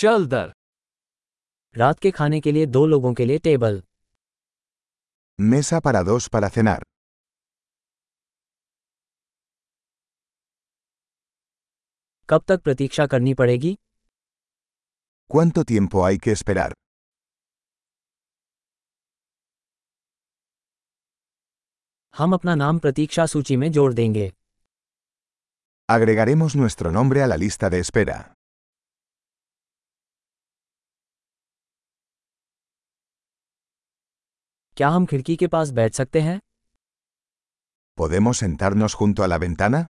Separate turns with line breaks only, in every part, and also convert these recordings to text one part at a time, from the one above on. चल दर
रात के खाने के लिए दो लोगों के लिए table
Mesa para dos para cenar.
कब तक प्रतीक्षा करनी पड़ेगी
¿Cuánto tiempo hay que esperar?
हम अपना नाम प्रतीक्षा सूची में जोड़ देंगे
Agregaremos nuestro nombre a la lista de espera.
क्या हम खिड़की के पास बैठ सकते हैं
¿Podemos sentarnos junto a la ventana?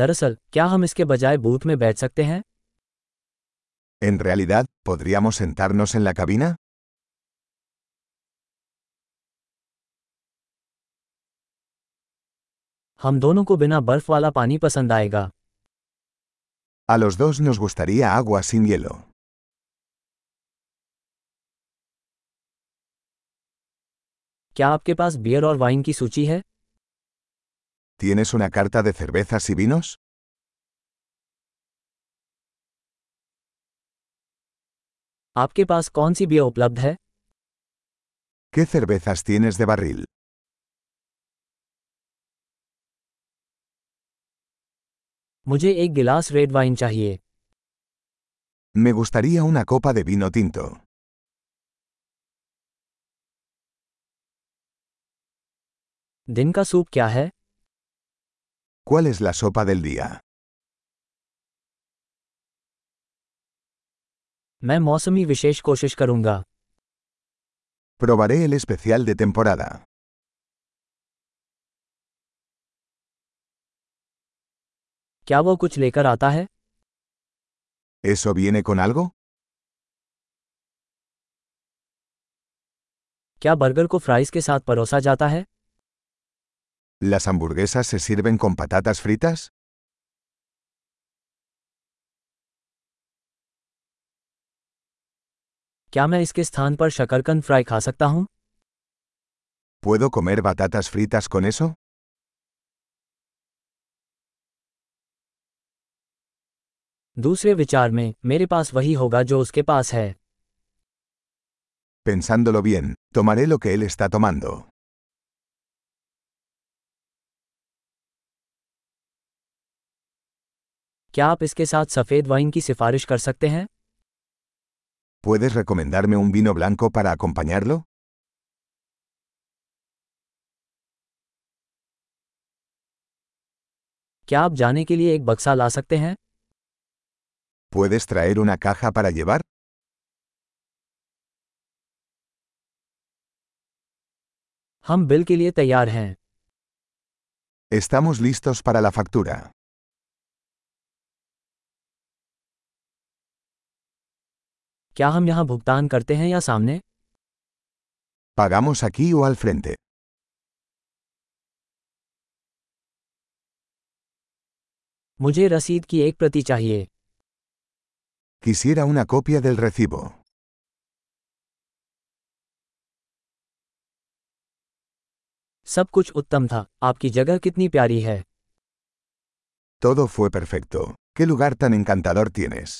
दरअसल क्या हम इसके बजाय बूथ में बैठ सकते हैं
En realidad, ¿podríamos sentarnos en la cabina?
हम दोनों को बिना बर्फ वाला पानी पसंद आएगा
A los dos nos gustaría agua sin hielo.
क्या आपके पास बियर और वाइन की सूची है
¿Tienes una carta de cervezas y vinos?
आपके पास कौन सी बियर उपलब्ध है
¿Qué cervezas tienes de barril?
मुझे एक गिलास रेड वाइन चाहिए
Me gustaría una copa de vino tinto.
दिन का सूप क्या है
¿Cuál es la sopa del día?
मैं मौसमी विशेष कोशिश करूंगा
Probaré el especial de temporada.
क्या वो कुछ लेकर आता है
¿Eso viene con algo?
क्या बर्गर को फ्राइज के साथ परोसा जाता है
¿Las hamburguesas se sirven con patatas fritas?
क्या मैं इसके स्थान पर शकरकंद फ्राई खा सकता हूँ
¿Puedo comer batatas fritas con eso?
दूसरे विचार में मेरे पास वही होगा जो उसके पास है
Pensándolo bien, tomaré lo que él está tomando.
क्या आप इसके साथ सफ़ेद वाइन की सिफारिश कर सकते हैं
¿Puedes recomendarme un vino blanco para acompañarlo?
क्या आप जाने के लिए एक बक्सा ला सकते हैं
¿Puedes traer una caja para llevar?
हम बिल के लिए तैयार हैं
Estamos listos para la factura.
क्या हम यहाँ भुगतान करते हैं या सामने
¿Pagamos aquí o al frente?
मुझे रसीद की एक प्रति चाहिए
Quisiera una copia del recibo.
सब कुछ उत्तम था आपकी जगह कितनी प्यारी है
Todo fue perfecto. ¿Qué lugar tan encantador tienes?